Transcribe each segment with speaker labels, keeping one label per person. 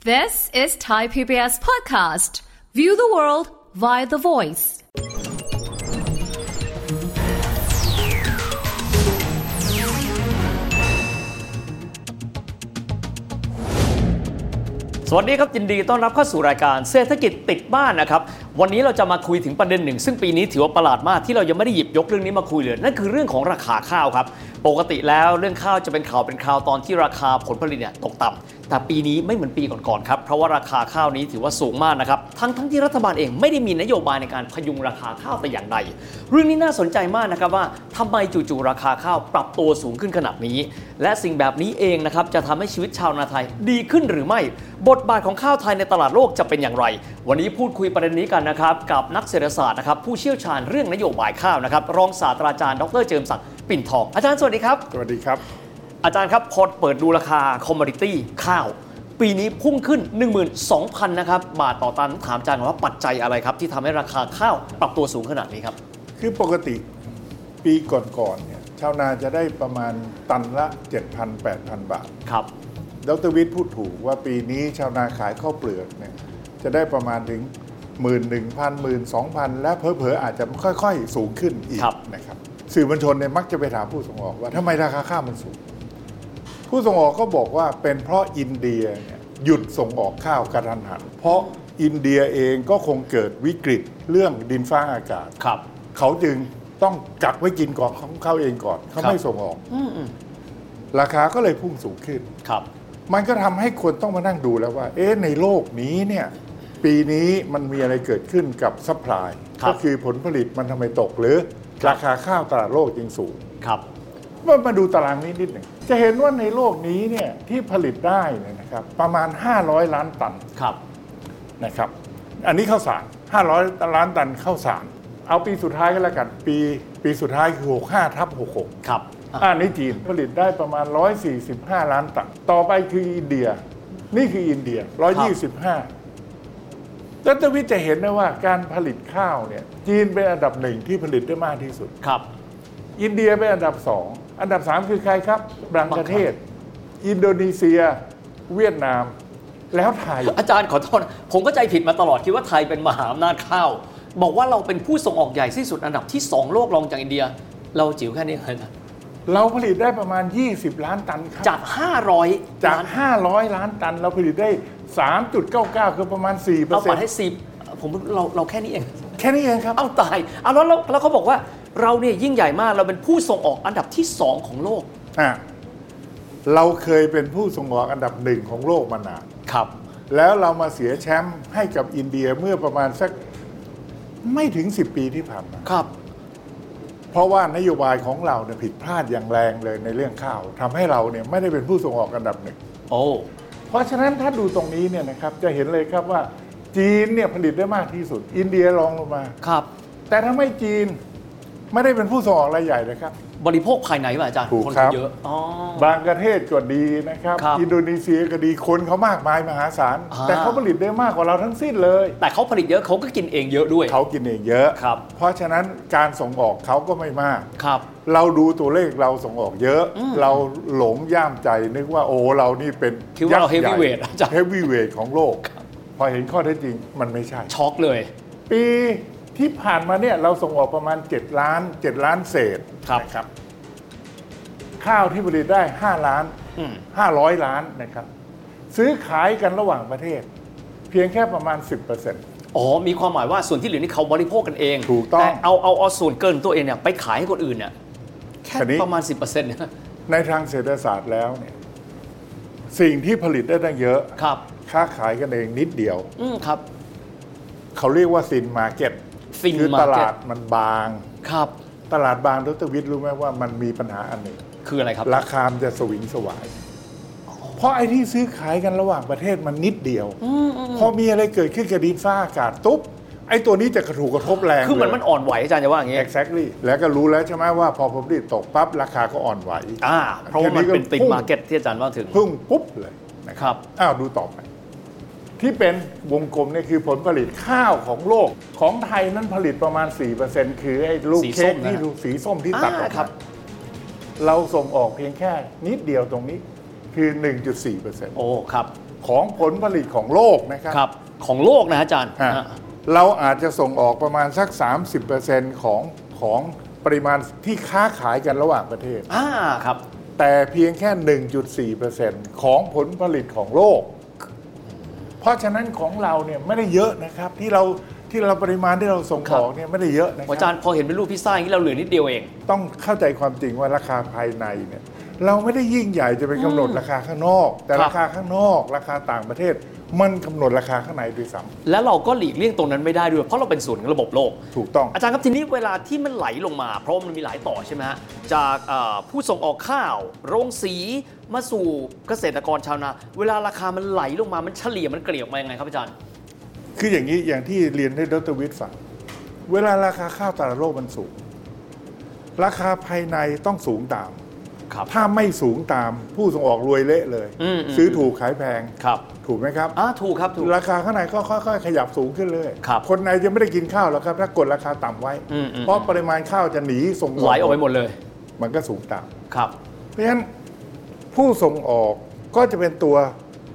Speaker 1: This is Thai PBS Podcast. View the world via the voice.
Speaker 2: สวัสดีครับ ยินดีต้อนรับเข้าสู่รายการเศรษฐกิจติดบ้านนะครับ วันนี้เราจะมาคุยถึงประเด็นหนึ่ง ซึ่งปีนี้ถือว่าประหลาดมากที่เรายังไม่ได้หยิบยกเรื่องนี้มาคุยเลยนั่นคือเรื่องของราคาข้าวครับ ปกติแล้วเรื่องข้าวจะเป็นข่าวเป็นข่าวตอนที่ราคาผลผลิตเนี่ยตกต่ำแต่ปีนี้ไม่เหมือนปีก่อนๆครับเพราะว่าราคาข้าวนี้ถือว่าสูงมากนะครับทั้งทั้งๆที่รัฐบาลเองไม่ได้มีนโยบายในการพยุงราคาข้าวแต่อย่างใดเรื่องนี้น่าสนใจมากนะครับว่าทำไมจู่ๆราคาข้าวปรับตัวสูงขึ้นขนาดนี้ และสิ่งแบบนี้เองนะครับจะทำให้ชีวิตชาวนาไทยดีขึ้นหรือไม่ บทบาทของข้าวไทยในตลาดโลกจะเป็นอย่างไร วันนี้พูดคุยประเด็นนี้กันนะครับกับนักเศรษฐศาสตร์นะครับผู้เชี่ยวชาญเรื่องนโยบายข้าวนะครับรองศาสตราจารย์ดรเจิมศักดิ์ปิ่นทองอาจารย์สวัสดีครับ
Speaker 3: สวัสดีครับ
Speaker 2: อาจารย์ครับพอเปิดดูราคาคอมม o d ิตี้ข้าว ปีนี้พุ่งขึ้น 12,000นะครับบาทต่อตันถามอาจารย์ว่าปัจจัยอะไรครับ ที่ทำให้ราคาข้าวปรับตัวสูงขนาดนี้ครับ
Speaker 3: คือปกติปีก่อนๆเนี่ยชาวนาจะได้ประมาณตันละ 7,000-8,000 บาท
Speaker 2: ครับ
Speaker 3: ดรวิทย์พูดถูกว่าปีนี้ชาวนาขายข้าวเปลือกเนี่ยจะได้ประมาณถึง 11,000 12,000 และเพอเพอๆอาจจะค่อยๆ สูงขึ้นอีก
Speaker 2: ครับ
Speaker 3: นะครับสื่อมวลชนเนี่ยมักจะไปถามผู้ส่งออกว่าทำไมราคาข้าวมันสูง ผู้ส่งออกก็บอกว่าเป็นเพราะอินเดียเนี่ยหยุดส่งออกข้าวกระทันหัน เพราะอินเดียเองก็คงเกิดวิกฤตเรื่องดินฟ้าอากาศ
Speaker 2: ครับ
Speaker 3: เขาจึงต้องกักไว้กินของของเขาเองก่อน เขา
Speaker 2: ครับ
Speaker 3: ไม่ส่งออก ราคาก็เลยพุ่งสูงขึ้น
Speaker 2: ครับ
Speaker 3: มันก็ทำให้คนต้องมานั่งดูแล้วว่า เอ๊ะในโลกนี้เนี่ย ปีนี้มันมีอะไรเกิดขึ้นกับซัพพลายก็คือผลผลิตมันทำไมตกหรือ ราคาข้าวตลาดโลกจึงสูง
Speaker 2: ครับ
Speaker 3: เมื่อมาดูตารางนี้นิดหนึ่งจะเห็นว่าในโลกนี้เนี่ยที่ผลิตได้เนี่ยนะครับประมาณ 500 ล้านตัน
Speaker 2: ครับ
Speaker 3: นะครับ อันนี้ข้าวสาร 500 ล้านตันข้าวสาร เอาปีสุดท้ายก็แล้วกัน ปีปีสุดท้ายคือ 65 ทับ 66
Speaker 2: ครับอ่ะ
Speaker 3: อันนี้จีนผลิตได้ประมาณ 145 ล้านตัน ต่อไปคืออินเดีย นี่คืออินเดีย 125ดรวิทย์จะเห็นได้ว่าการผลิตข้าวเนี่ย จีนเป็นอันดับหนึ่งที่ผลิตได้มากที่สุด
Speaker 2: ครับ
Speaker 3: อินเดียเป็นอันดับสอง อันดับสามคือใครครับบังกลาเทศ อินโดนีเซีย เวียดนาม แล้วไทย
Speaker 2: อาจารย์ขอโทษผมก็ใจผิดมาตลอดคิดว่าไทยเป็นมหาอำนาจข้าว บอกว่าเราเป็นผู้ส่งออกใหญ่ที่สุดอันดับที่ 2 โลกรองจากอินเดีย เราจิ๋วแค่นี้เลยนะ
Speaker 3: เราผลิตได้ประมาณ 20 ล้านตันครับ
Speaker 2: จาก 500
Speaker 3: จาก
Speaker 2: ล้น
Speaker 3: 500 ล้านตัน เราผลิตได้ 3.99 คือประมาณ 4เปอ
Speaker 2: เรา
Speaker 3: ร์เซ็
Speaker 2: ปั
Speaker 3: น
Speaker 2: ด
Speaker 3: ต์
Speaker 2: ให้10ผมเราเราแค่นี้เอง
Speaker 3: แค่นี้เองครับ
Speaker 2: เอาตายเอาแล้วแล้วแล้วเขาบอกว่าเราเนี่ยยิ่งใหญ่มากเราเป็นผู้ส่งออกอันดับที่ 2 ของโลก
Speaker 3: อ่ะ เราเคยเป็นผู้ส่งออกอันดับหนึ่งของโลกมานาน
Speaker 2: ครับ
Speaker 3: แล้วเรามาเสียแชมป์ให้กับอินเดียเมื่อประมาณสักไม่ถึง 10 ปีที่ผ่านมา
Speaker 2: ครับ
Speaker 3: เพราะว่านโยบายของเราเนี่ยผิดพลาดอย่างแรงเลยในเรื่องข้าวทำให้เราเนี่ยไม่ได้เป็นผู้ส่งออกอันดับหนึ่ง
Speaker 2: โอ้
Speaker 3: เพราะฉะนั้นถ้าดูตรงนี้เนี่ยนะครับจะเห็นเลยครับว่าจีนเนี่ยผลิตได้มากที่สุด อินเดียรองลงมา
Speaker 2: ครับ
Speaker 3: แต่ถ้าไม่จีนไม่ได้เป็นผู้ส่งออกรายใหญ่นะครับ
Speaker 2: บริโภคภายในป่ะอาจารย์
Speaker 3: ถูก
Speaker 2: น
Speaker 3: ครับ
Speaker 2: เยอะ อ๋อ
Speaker 3: บางประเทศก็ดีนะครับ
Speaker 2: ครับ
Speaker 3: อินโดนีเซียก็ดีคนเขามากมายมหาศาล แต่เขาผลิตได้มากกว่าเราทั้งสิ้นเลย
Speaker 2: แต่เขาผลิตเยอะเขาก็กินเองเยอะด้วย
Speaker 3: เขากินเองเยอะ
Speaker 2: ครับ
Speaker 3: เพราะฉะนั้นการส่งออกเขาก็ไม่มาก
Speaker 2: ครับ
Speaker 3: เราดูตัวเลขเราส่งออกเยอะ เราหลงย่ามใจนึกว่าโอ้เรานี่เป็น
Speaker 2: คิดว่าเรา heavyweight อาจารย์
Speaker 3: เฮฟวีเวทของโลก พอเห็นข้อเท็จจริงมันไม่ใช่
Speaker 2: ช็อกเลย
Speaker 3: ปีที่ผ่านมาเนี่ยเราส่งออกประมาณ 7 ล้าน 7 ล้านเศษ
Speaker 2: ครับ
Speaker 3: นะครับ ข้าวที่ผลิตได้ 5 ล้าน
Speaker 2: อืม
Speaker 3: 500 ล้านนะครับ ซื้อขายกันระหว่างประเทศ เพียงแค่ประมาณ 10%
Speaker 2: อ๋อ มีความหมายว่าส่วนที่เหลือนี่เขาบริโภคกันเอง
Speaker 3: ถูกต้อง
Speaker 2: แต่เอาเอาเอาส่วนเกินตัวเองเนี่ยไปขายให้คนอื่นเนี่ยแค่
Speaker 3: คราวนี้
Speaker 2: ประมาณ 10%เนี่ย
Speaker 3: ในทางเศรษฐศาสตร์แล้วเนี่ยสิ่งที่ผลิตได้ตั้งเยอะ
Speaker 2: ครับ
Speaker 3: ค้าขายกันเองนิดเดียว
Speaker 2: อืมครับ
Speaker 3: เขาเรียกว่าซินมาเก็ต
Speaker 2: Thin
Speaker 3: คือต
Speaker 2: market
Speaker 3: ลาดมันบาง
Speaker 2: ครับ
Speaker 3: ตลาดบางดรวิทย์รู้ไหมว่ามันมีปัญหาอันหนึ่ง
Speaker 2: คืออะไรครับ
Speaker 3: ราคามนจะสวิงสวาย เพราะไอ้ที่ซื้อขายกันระหว่างประเทศมันนิดเดียวพอมีอะไรเกิดขึ้นกับดินฟ้าอากาศตุ๊บไอ้ตัวนี้จะกระถูกกระทบแรง
Speaker 2: คือเหมือนมัน
Speaker 3: เลย
Speaker 2: อ่อนไหวอาจารย์จะว่าอย่างงี้
Speaker 3: exactly แล้วก็รู้แล้วใช่ไหมว่าพอผลผลิตตกปั๊บราคาก็อ่อนไหว
Speaker 2: อ่า เพราะว่ามันเป็น
Speaker 3: แค่นี้ก็
Speaker 2: ติด
Speaker 3: พุ่ง
Speaker 2: มาร์เก็ตที่อาจารย์ว่าถึง
Speaker 3: พุ่งปุ๊บเลยนะค
Speaker 2: ครับ รับ
Speaker 3: อ้าวดูต่อไป ที่เป็นวงกลมเนี่ยคือผลผลิตข้าวของโลกของไทยนั้นผลิตประมาณ 4%คือไอ้ลูก
Speaker 2: สีส้
Speaker 3: เค้ก
Speaker 2: มนะ
Speaker 3: ที่ดูสีส้มที่ตัดออก
Speaker 2: อ่าครับ
Speaker 3: มาเราส่งออกเพียงแค่นิดเดียวตรงนี้คือ 1.4%
Speaker 2: โอ้ ครับ
Speaker 3: ของผลผลิตของโลกนะครั
Speaker 2: ครับ ของโลกนะฮะอาจารย์
Speaker 3: อ่ะ
Speaker 2: ฮะ
Speaker 3: เราอาจจะส่งออกประมาณสัก 30%ของของปริมาณที่ค้าขายกันระหว่างประเทศ
Speaker 2: อ่าครับ
Speaker 3: แต่เพียงแค่ 1.4%ของผลผลิตของโลก เพราะฉะนั้นของเราเนี่ยไม่ได้เยอะนะครับ ที่เราที่เราปริมาณที่เราส่งออกเนี่ยไม่ได้เยอะนะค
Speaker 2: อาจา
Speaker 3: รั
Speaker 2: รย์พอเห็นเป็นรูปพิซซ่าอย่างนี้เราเหลือนิดเดียวเอง
Speaker 3: ต้องเข้าใจความจริงว่าราคาภายในเนี่ยเราไม่ได้ยิ่งใหญ่จะไปกำหนดราคาข้างนอก แต่
Speaker 2: ครับ
Speaker 3: ราคาข้างนอก ราคาต่างประเทศ มันกำหนดราคาข้างในด้วยซ้ำ
Speaker 2: และเราก็หลีกเลี่ยงตรงนั้นไม่ได้ด้วย เพราะเราเป็นส่วนของระบบโลก
Speaker 3: ถูกต้อง
Speaker 2: อาจารย์ครับทีนี้เวลาที่มันไหลลงมา เพราะมันมีหลายต่อใช่ไหมฮะจากเอ่อผู้ส่งออกข้าว โรงสีมาสู่เกษตรกรชาวนา เวลาราคามันไหลลงมามันเฉลี่ยมันเกลี่ยออกมายังไงครับอาจารย์
Speaker 3: คืออย่างนี้อย่างที่เรียนให้ดรวิทย์ฟังเวลาราคาข้าวตลาดโลกมันสูง ราคาภายในต้องสูงตาม
Speaker 2: ครับ
Speaker 3: ถ้าไม่สูงตามผู้ส่งออกรวยเละเลย
Speaker 2: อืมอืม
Speaker 3: ซื้อถูกขายแพง
Speaker 2: ครับ
Speaker 3: ถูกไหมครับ
Speaker 2: อ่าถูกครับถูก
Speaker 3: ราคาข้างในก็ค่อยๆ ขยับสูงขึ้นเลย
Speaker 2: ครับ
Speaker 3: นในจะไม่ได้กินข้าวหรอกครับ ถ้ากดราคาต่ำไว้
Speaker 2: อืมอืม
Speaker 3: เพราะปริมาณข้าวจะหนีส่ง
Speaker 2: ไหลออกไปหมดเลย
Speaker 3: มันก็สูงตาม
Speaker 2: ครับ
Speaker 3: เพราะฉะนั้นผู้ส่งออกก็จะเป็นตัว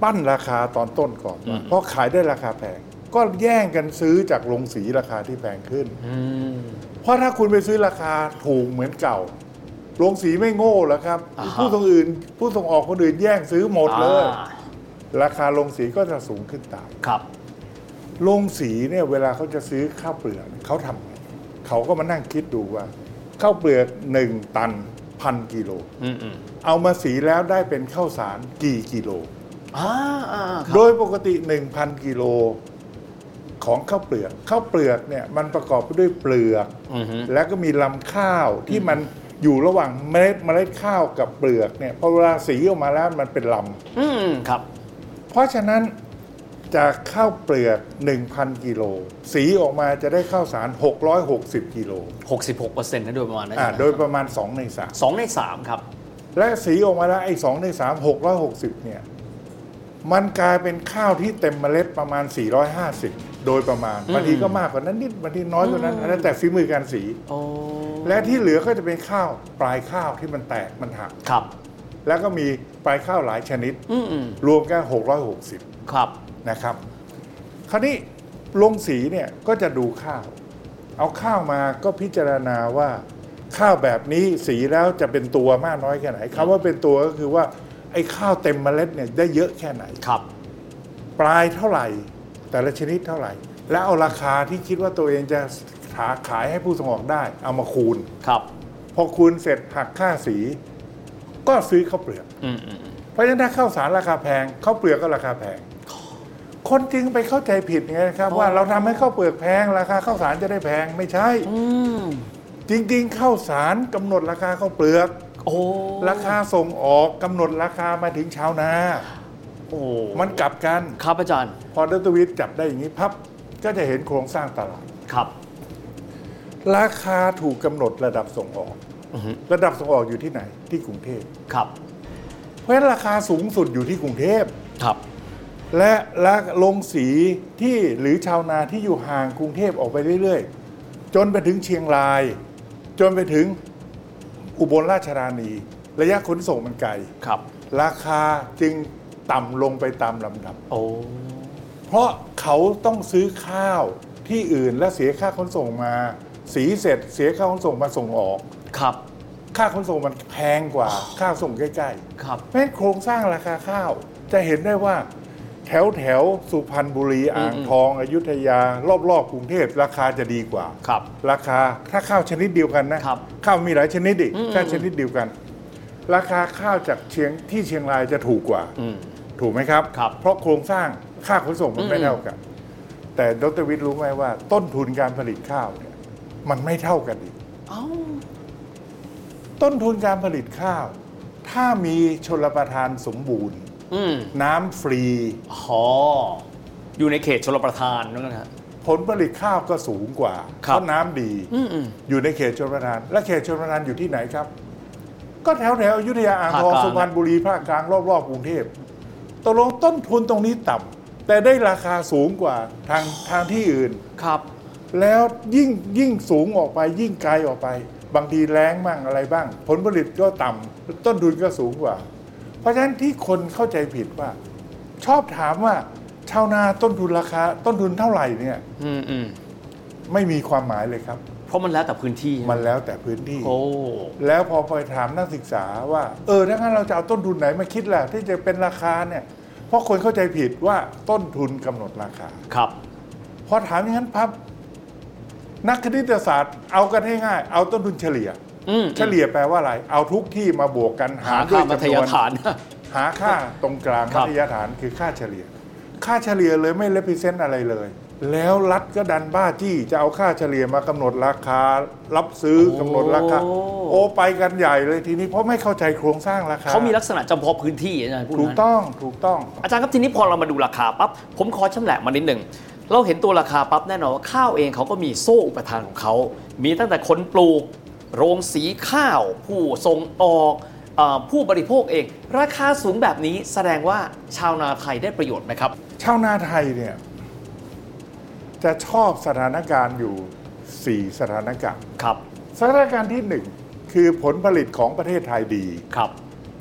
Speaker 3: ปั้นราคาตอนต้นก่อนว่าเพราะขายได้ราคาแพง ก็แย่งกันซื้อจากโรงสีราคาที่แพงขึ้น
Speaker 2: อืม
Speaker 3: เพราะถ้าคุณไปซื้อราคาถูกเหมือนเก่า โรงสีไม่โง่แล้วครับ
Speaker 2: อ่าฮะ
Speaker 3: ผู้ส่งอื่น ผู้ส่งออกคนอื่นแย่งซื้อหมดเลย
Speaker 2: อ่า
Speaker 3: ราคาโรงสีก็จะสูงขึ้นตาม
Speaker 2: ครับ
Speaker 3: โรงสีเนี่ยเวลาเขาจะซื้อข้าวเปลือกเขาทำไงเขาก็มานั่งคิดดูว่าข้าวเปลือกหนึ่งตันพันกิโล
Speaker 2: อืมอืม
Speaker 3: เอามาสีแล้วได้เป็นข้าวสารกี่กิโล
Speaker 2: อ่าอ่าค
Speaker 3: โด
Speaker 2: รับ
Speaker 3: ยปกติ 1,000 กิโลของข้าวเปลือก ข้าวเปลือกเนี่ยมันประกอบไปด้วยเปลือก
Speaker 2: อือฮึ
Speaker 3: แล้วก็มีลำข้าวที่มันอยู่ระหว่างเมล็ดเมล็ดข้าวกับเปลือกเนี่ยพอเวลาสีออกมาแล้วมันเป็นล
Speaker 2: อืมครับ
Speaker 3: ำเพราะฉะนั้นจากข้าวเปลือก 1,000 กิโล สีออกมาจะได้ข้าวสาร 660 กิโล
Speaker 2: 66%นะโดยประมาณนะ
Speaker 3: อ่า
Speaker 2: อาจารย์
Speaker 3: โดยประมาณ 2 ใน 3
Speaker 2: สองในสามครับ
Speaker 3: และสีออกมาแล้วไอ้สองในสามหกร้อยหกสิบเนี่ย มันกลายเป็นข้าวที่เต็มเมล็ดประมาณ 450 โดยประมาณบางทีก็มากกว่านั้นนิดบางทีน้อยกว่านั้นอันนั้นแต่ฝีมือการสี
Speaker 2: โอ้
Speaker 3: และที่เหลือก็จะเป็นข้าวปลายข้าวที่มันแตกมันหัก
Speaker 2: ครับ
Speaker 3: แล้วก็มีปลายข้าวหลายชนิด
Speaker 2: อืมอืม
Speaker 3: รวมกัน
Speaker 2: ครับ
Speaker 3: 660 นะครับ คราวนี้ลงสีเนี่ยก็จะดูข้าว เอาข้าวมาก็พิจารณาว่า ข้าวแบบนี้สีแล้วจะเป็นตัวมากน้อยแค่ไหนคำว่าเป็นตัวก็คือว่าไอ้ข้าวเต็มเมล็ดเนี่ยได้เยอะแค่ไหน
Speaker 2: ครับ
Speaker 3: ปลายเท่าไหร่ แต่ละชนิดเท่าไหร่ แล้วเอาราคาที่คิดว่าตัวเองจะหาขายให้ผู้ส่งออกได้ เอามาคูณ
Speaker 2: ครับ
Speaker 3: พอคูณเสร็จหักค่าสี ก็ซื้อข้าวเปลือก
Speaker 2: อืมอืม
Speaker 3: เพราะฉะนั้นถ้าข้าวสารราคาแพงข้าวเปลือกก็ราคาแพง คนจึงไปเข้าใจผิดไงครับ ว่าเราทำให้ข้าวเปลือกแพง ราคาข้าวสารจะได้แพงไม่ใช่
Speaker 2: อืม
Speaker 3: จริงๆข้าวสารกำหนดราคาข้าวเปลือก
Speaker 2: โอ้
Speaker 3: ราคาส่งออกกำหนดราคามาถึงชาวนา
Speaker 2: โอ้
Speaker 3: มันกลับกัน
Speaker 2: ครับอาจารย์
Speaker 3: พอดรวิทย์จับได้อย่างนี้พับก็จะเห็นโครงสร้างตลาด
Speaker 2: ครับ
Speaker 3: ราคาถูกกำหนดระดับส่งออก
Speaker 2: อือฮึ
Speaker 3: ระดับส่งออกอยู่ที่ไหนที่กรุงเทพ
Speaker 2: ครับ
Speaker 3: เพราะฉะนั้นราคาสูงสุดอยู่ที่กรุงเทพ
Speaker 2: ครับ
Speaker 3: และละลงสีที่หรือชาวนาที่อยู่ห่างกรุงเทพออกไปเรื่อยๆ จนไปถึงเชียงราย จนไปถึงอุบลราชธานี ระยะขนส่งมันไกล
Speaker 2: ครับ
Speaker 3: ราคาจึงต่ำลงไปตามลำดับ
Speaker 2: โอ้
Speaker 3: เพราะเขาต้องซื้อข้าวที่อื่นและเสียค่าขนส่งมา สีเสร็จเสียค่าขนส่งมาส่งออก
Speaker 2: ครับ
Speaker 3: ค่าขนส่งมันแพงกว่า ค่าส่งใกล้ๆ
Speaker 2: ครับ
Speaker 3: เพราะฉะนั้นโครงสร้างราคาข้าวจะเห็นได้ว่า แถวแถวสุพรรณบุรีอ่างทอง อยุธยา รอบๆกรุงเทพราคาจะดีกว่า
Speaker 2: ครับ
Speaker 3: ราคาถ้าข้าวชนิดเดียวกันนะครับ ข้าวมีหลายชนิดอีก
Speaker 2: อืม
Speaker 3: ข้าวชนิดเดียวกัน ราคาข้าวจากเชียงที่เชียงรายจะถูกกว่า
Speaker 2: อืม
Speaker 3: ถูกไหมครับ
Speaker 2: ครับ
Speaker 3: เพราะโครงสร้างค่าขนส่งมัน
Speaker 2: อืม
Speaker 3: ไม่เท่ากัน แต่ดรวิทย์รู้ไหมว่า ต้นทุนการผลิตข้าวเนี่ยมันไม่เท่ากันอีก
Speaker 2: เอ้า
Speaker 3: ต้นทุนการผลิตข้าว ถ้ามีชลประทานสมบูรณ์
Speaker 2: อืม
Speaker 3: น้ำฟรี
Speaker 2: อ๋ออยู่ในเขตชลประทานนั่นนะฮะ
Speaker 3: ผลผลิตข้าวก็สูงกว่าเพ
Speaker 2: ครับ
Speaker 3: ราะน้ำดี
Speaker 2: อืมอืม
Speaker 3: อยู่ในเขตชลประทาน และเขตชลประทานอยู่ที่ไหนครับ ก็แถวแถวอยุธยาอ่างทอง
Speaker 2: ภาคกลาง
Speaker 3: สุพรรณบุรีภาคกลางรอบๆกรุงเทพตกลงต้นทุนตรงนี้ต่ำแต่ได้ราคาสูงกว่าทางทางที่อื่น
Speaker 2: ครับ
Speaker 3: แล้วยิ่งยิ่งสูงออกไปยิ่งไกลออกไป บางทีแรงบ้างอะไรบ้าง ผลผลิตก็ต่ำต้นทุนก็สูงกว่า เพราะฉะนั้นที่คนเข้าใจผิดว่า ชอบถามว่าชาวนาต้นทุนราคา ต้นทุนเท่าไหร่เนี่ย
Speaker 2: อืมอืม
Speaker 3: ไม่มีความหมายเลยครับ
Speaker 2: เพราะมันแล้วแต่พื้นที่
Speaker 3: มันแล้วแต่พื้นที่
Speaker 2: โอ้
Speaker 3: แล้วพอไปถามนักศึกษาว่า เออถ้างั้นเราจะเอาต้นทุนไหนมาคิดล่ะ ที่จะเป็นราคาเนี่ย เพราะคนเข้าใจผิดว่าต้นทุนกำหนดราคา
Speaker 2: ครับ
Speaker 3: พอถามอย่างนั้นพับ นักคณิตศาสตร์เอากันให้ง่ายเอาต้นทุนเฉลี่ย
Speaker 2: อืม
Speaker 3: เฉลี่ยแปลว่าอะไร เอาทุกที่มาบวกกันหา
Speaker 2: หา
Speaker 3: ด้ว
Speaker 2: ค่าย มัธ
Speaker 3: จำน
Speaker 2: ย
Speaker 3: วน
Speaker 2: ฐาน
Speaker 3: หาค่าตรงกลาง
Speaker 2: ครั
Speaker 3: มั
Speaker 2: บ
Speaker 3: ธยฐานคือค่าเฉลี่ย ค่าเฉลี่ยเลยไม่เลพิเซนต์อะไรเลย แล้วรัฐก็ดันบ้าจี้จะเอาค่าเฉลี่ยมากำหนดราคา รับซื้อกำหนดราคา โอ้ไปกันใหญ่เลยทีนี้เพราะไม่เข้าใจโครงสร้างราคา
Speaker 2: เขามีลักษณะจำเพาะพื้นที่อาจารย์พูด
Speaker 3: ถูก
Speaker 2: นะ
Speaker 3: ต้องถูกต้อง
Speaker 2: อาจารย์ครับทีนี้พอเรามาดูราคาปั๊บผมขอชำแหละมานิดหนึ่งเราเห็นตัวราคาปั๊บแน่นอนว่าข้าวเองเขาก็มีโซ่อุปทานของเขา มีตั้งแต่คนปลูก โรงสีข้าว ผู้ส่งออกเออผู้บริโภคเอง ราคาสูงแบบนี้แสดงว่าชาวนาไทยได้ประโยชน์ไหมครับ
Speaker 3: ชาวนาไทยเนี่ย จะชอบสถานการณ์อยู่ 4 สถานการณ์
Speaker 2: ครับ
Speaker 3: สถานการณ์ที่ 1 คือผลผลิตของประเทศไทยดี
Speaker 2: ครับ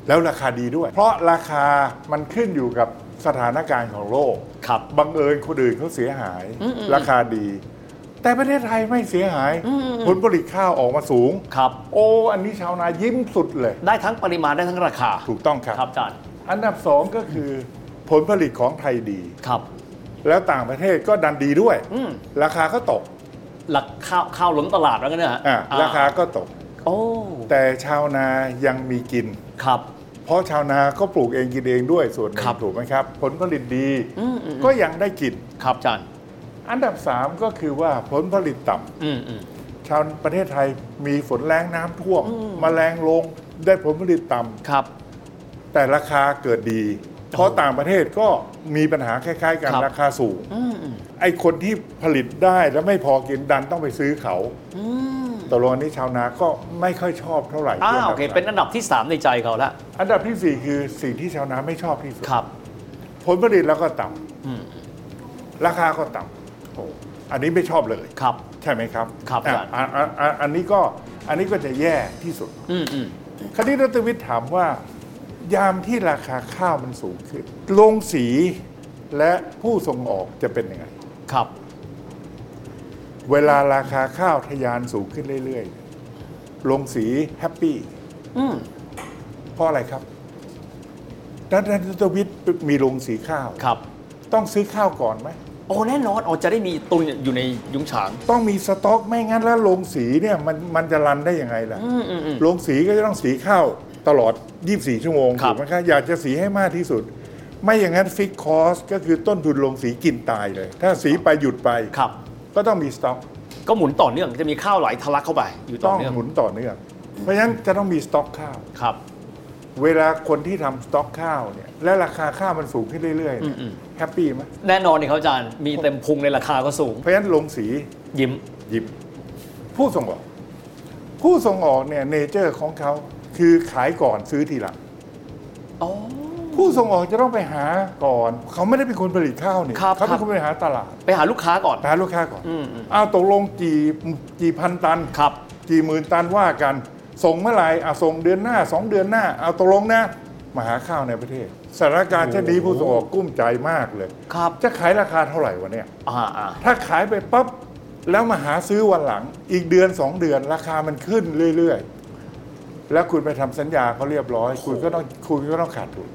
Speaker 3: แล้วราคาดีด้วย เพราะราคามันขึ้นอยู่กับสถานการณ์ของโลก
Speaker 2: ครับ
Speaker 3: บังเอิญคนอื่นเขาเสียหาย
Speaker 2: อืมอืม
Speaker 3: ราคาดี แต่ประเทศไทยไม่เสียหาย
Speaker 2: อืมอืม
Speaker 3: ผลผลิตข้าวออกมาสูง
Speaker 2: ครับ
Speaker 3: โอ้อันนี้ชาวนายิ้มสุดเลย
Speaker 2: ได้ทั้งปริมาณได้ทั้งราคา
Speaker 3: ถูกต้องครับ
Speaker 2: ครับอาจารย์
Speaker 3: อันดับสองก็คือ ผลผลิตของไทยดี
Speaker 2: ครับ
Speaker 3: แล้วต่างประเทศก็ดันดีด้วย
Speaker 2: อืม
Speaker 3: ราคาก็ตก
Speaker 2: หลักข้าวข้าวล้นตลาดแล้วกันเนี่ยฮะ
Speaker 3: อ่ะ
Speaker 2: อ่
Speaker 3: ราคาก็ตก
Speaker 2: โอ้
Speaker 3: แต่ชาวนายังมีกิน
Speaker 2: ครับ
Speaker 3: เพราะชาวนาก็ปลูกเองกินเองด้วยส่วนหนึ่
Speaker 2: ครั
Speaker 3: ง
Speaker 2: บ
Speaker 3: ถูกไหมครับ ผลผลิตดี
Speaker 2: อืมอืมอืม
Speaker 3: ก็ยังได้กิน
Speaker 2: ครับอาจารย์
Speaker 3: อันดับ 3 ก็คือว่าผลผลิตต่ำ
Speaker 2: อืมอืม
Speaker 3: ชาวประเทศไทยมีฝนแรงน้ำท่วมมแมลงลงได้ผลผลิตต่ำ
Speaker 2: ครับ
Speaker 3: แต่ราคาเกิดดี เพราะต่างประเทศก็มีปัญหาคล้าย ๆ กัน
Speaker 2: ครับ
Speaker 3: ราคาสูง
Speaker 2: อืมอืม
Speaker 3: ไอ้คนที่ผลิตได้แล้วไม่พอกินดันต้องไปซื้อเขา
Speaker 2: อืม
Speaker 3: ตกลงอันนี้ชาวนาก็ไม่ค่อยชอบเท่าไหร่
Speaker 2: อ่า
Speaker 3: ที่
Speaker 2: โอเค เป็น
Speaker 3: อันดั
Speaker 2: อัน
Speaker 3: บ
Speaker 2: ดับที่ 3 ในใจเขาละ
Speaker 3: สามอันดับที่สี่คือสิ่งที่ชาวนาไม่ชอบที่สุด
Speaker 2: ครับ
Speaker 3: ผลผลิตแล้วก็ต่ำ
Speaker 2: อืม
Speaker 3: ราคาก็ต่ำโอ้อันนี้ไม่ชอบเลย
Speaker 2: ครับ
Speaker 3: ใช่ไหมครับ
Speaker 2: ครับ
Speaker 3: อ่ะ
Speaker 2: อาจารย์
Speaker 3: อ่ะอ่ะอ่ะอันนี้ก็อันนี้ก็จะแย่ที่สุด
Speaker 2: อืมอืม
Speaker 3: คราวนี้รัตวิทย์ถามว่า ยามที่ราคาข้าวมันสูงขึ้นโรงสีและผู้ส่งออกจะเป็นยังไง
Speaker 2: ครับ
Speaker 3: เวลาราคาข้าวทะยานสูงขึ้นเรื่อยๆโรงสีแฮปปี้
Speaker 2: อืม
Speaker 3: เพราะอะไรครับดังนั้นรัตวิทย์มีโรงสีข้าว
Speaker 2: ครับ
Speaker 3: ต้องซื้อข้าวก่อนไหม
Speaker 2: โอ้แน่นอนอ๋อจะได้มีตุนอยู่ในยุ้งฉาง
Speaker 3: ต้องมีสต็อกไม่งั้นแล้วโรงสีเนี่ยมันมันจะรันได้ยังไงล่ะ
Speaker 2: อืมอืมอืม
Speaker 3: โรงสีก็จะต้องสีข้าวตลอด 24 ชั่วโมง
Speaker 2: ครับ
Speaker 3: ถูกไหมครับอยากจะสีให้มากที่สุด ไม่อย่างนั้นฟิกคอสก็คือต้นทุนโรงสีกินตายเลย ถ้าสีไปหยุดไป
Speaker 2: ครับ
Speaker 3: ก็ต้องมีสต็อก
Speaker 2: ก็หมุนต่อเนื่องจะมีข้าวไหลทะลักเข้าไป อยู่ต่
Speaker 3: ต้
Speaker 2: อ
Speaker 3: อง
Speaker 2: เนื่อง
Speaker 3: หมุนต่อเนื่องเพราะฉะนั้นจะต้องมีสต็อกข้าว
Speaker 2: ครับ
Speaker 3: เวลาคนที่ทำสต็อกข้าวเนี่ยและราคาข้าวมันสูงขึ้นเรื่อยๆเนี่ย
Speaker 2: อืม
Speaker 3: แฮปปี้ไหม
Speaker 2: แน่นอนเนี่ยครับอาจารย์มีเต็มพุงในราคาก็สูง
Speaker 3: เพราะฉะนั้นโรงสี
Speaker 2: ยิ้ม
Speaker 3: หยิบผู้ส่งออก ผู้ส่งออกเนี่ยเนเจอร์ของเขาคือขายก่อนซื้อทีหลัง
Speaker 2: อ๋อ
Speaker 3: ผู้ส่งออกจะต้องไปหาก่อน เขาไม่ได้เป็นคนผลิตข้าวนี่
Speaker 2: ครับ
Speaker 3: เขา
Speaker 2: ครั
Speaker 3: เป็น
Speaker 2: บ
Speaker 3: คนไปหาตลาด
Speaker 2: ไปหาลูกค้าก่อน
Speaker 3: ไปหาลูกค้าก่อน
Speaker 2: อืมอืม
Speaker 3: อ้าวตกลงกี่กี่พันตัน
Speaker 2: ครับ
Speaker 3: กี่หมื่นตันว่ากัน ส่งเมื่อไหร่อ่ะส่งเดือนหน้าสองเดือนหน้าเอาตกลงนะมาหาข้าวในประเทศสถานการณ์เช่นนี้ผู้ส่งออกกุ้มใจมากเลย
Speaker 2: ครับ
Speaker 3: จะขายราคาเท่าไหร่วะเนี่ย
Speaker 2: อ่าอ่า
Speaker 3: ถ้าขายไปปั๊บแล้วมาหาซื้อวันหลัง อีกเดือนสองเดือนราคามันขึ้นเรื่อยๆ แล้วคุณไปทำสัญญาเขาเรียบร้อย คุณก็ต้องคุณก็ต้องขาดทุน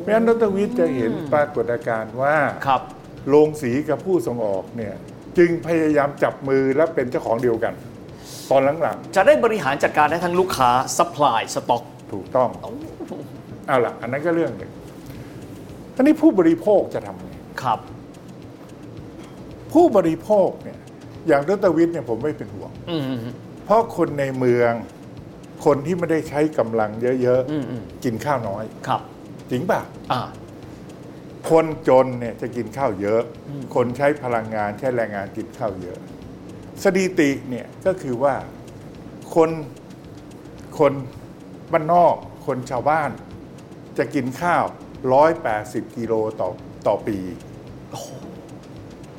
Speaker 3: เพราะฉะนั้นดรวิทย์จะเห็นปรากฏการณ์ว่า
Speaker 2: ครับ
Speaker 3: โรงสีกับผู้ส่งออกเนี่ยจึงพยายามจับมือและเป็นเจ้าของเดียวกัน ตอนหลัง
Speaker 2: จะได้บริหารจัดการได้ทั้งลูกค้า supply stock
Speaker 3: ๆ ถูกต้องเอาล่ะ อันนั้นก็เรื่องหนึ่งอันนี้ผู้บริโภคจะทำไง
Speaker 2: ครับ
Speaker 3: ผู้บริโภคเนี่ยอย่างดรวิทย์เนี่ยผมไม่เป็นห่วง
Speaker 2: อืมอืมอืม
Speaker 3: เพราะคนในเมือง คนที่ไม่ได้ใช้กำลังเยอะ
Speaker 2: อืมอืม
Speaker 3: กินข้าวน้อย
Speaker 2: ครับ
Speaker 3: จริงป่ะ
Speaker 2: อ่า
Speaker 3: คนจนเนี่ยจะกินข้าวเยอะ คนใช้พลังงานใช้แรงงานกินข้าวเยอะ สถิติเนี่ยก็คือว่าคนคนบ้านนอก คนชาวบ้าน จะกินข้าว 180 กิโลต่อต่อปี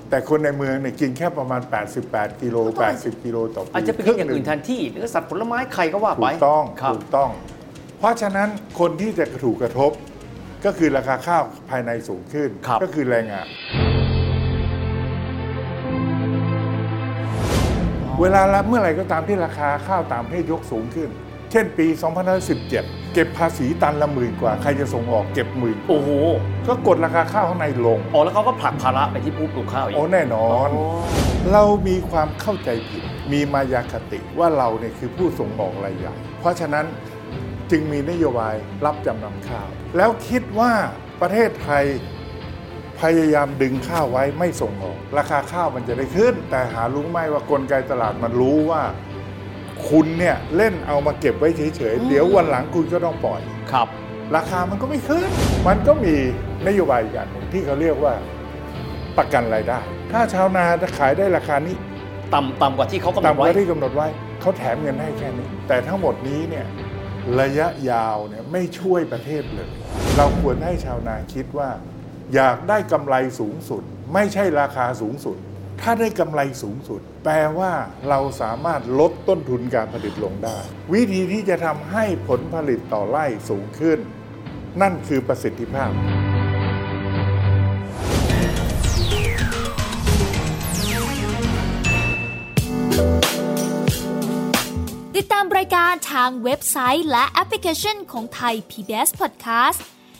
Speaker 3: แต่คนในเมืองเนี่ยกินแค่ประมาณ 88 กิโล
Speaker 2: ก็ต้อง
Speaker 3: 80 กิโลต่อปี
Speaker 2: อาจจะไปกินอย่างอื่นแทนที่เนื้อสัตว์ผลไม้ใครก็ว่า
Speaker 3: ถู
Speaker 2: ไป
Speaker 3: กต้อง
Speaker 2: ครับ
Speaker 3: ถูกต้อง เพราะฉะนั้นคนที่จะถูกกระทบ ก็คือราคาข้าวภายในสูงขึ้น
Speaker 2: ครับ
Speaker 3: ก็คือแรงงาน เวลาละเมื่อไหร่ก็ตามที่ราคาข้าวตามเพศยกสูงขึ้น เช่นปี 2017 เก็บภาษีตันละหมื่นกว่า ใครจะส่งออกเก็บหมื่น
Speaker 2: โอ้โห
Speaker 3: ก็กดราคาข้าวข้างในลง
Speaker 2: อ๋อแล้วเขาก็ผลักภาระไปที่ผู้ปลูกข้าวอีก
Speaker 3: โอ้แน่นอน เรามีความเข้าใจผิด มีมายาคติว่าเราเนี่ยคือผู้ส่งออกรายใหญ่ เพราะฉะนั้นจึงมีนโยบายรับจำนำข้าว แล้วคิดว่าประเทศไทยพยายามดึงข้าวไว้ไม่ส่งออก ราคาข้าวมันจะได้ขึ้น แต่หารู้ไหมว่ากลไกตลาดมันรู้ว่า คุณเนี่ยเล่นเอามาเก็บไว้เฉยๆเดี๋ยววันหลังคุณก็ต้องปล่อย
Speaker 2: ครับ
Speaker 3: ราคามันก็ไม่ขึ้น มันก็มีนโยบายอีกอย่างหนึ่งที่เขาเรียกว่าประกันรายได้ ถ้าชาวนาจะขายได้ราคานี้
Speaker 2: ต่ำต่ำกว่าที่เขากำหนด
Speaker 3: ต่ำก
Speaker 2: ไว้
Speaker 3: ว่าที่กำหนดไว้ เขาแถมเงินให้แค่นี้ แต่ทั้งหมดนี้เนี่ยระยะยาวเนี่ยไม่ช่วยประเทศเลย เราควรให้ชาวนาคิดว่า อยากได้กำไรสูงสุด ไม่ใช่ราคาสูงสุด ถ้าได้กำไรสูงสุด แปลว่าเราสามารถลดต้นทุนการผลิตลงได้ วิธีที่จะทำให้ผลผลิตต่อไร่สูงขึ้น นั่นคือประสิทธิภาพ
Speaker 4: ติดตามรายการทางเว็บไซต์และแอปพลิเคชันของไทย PBS Podcast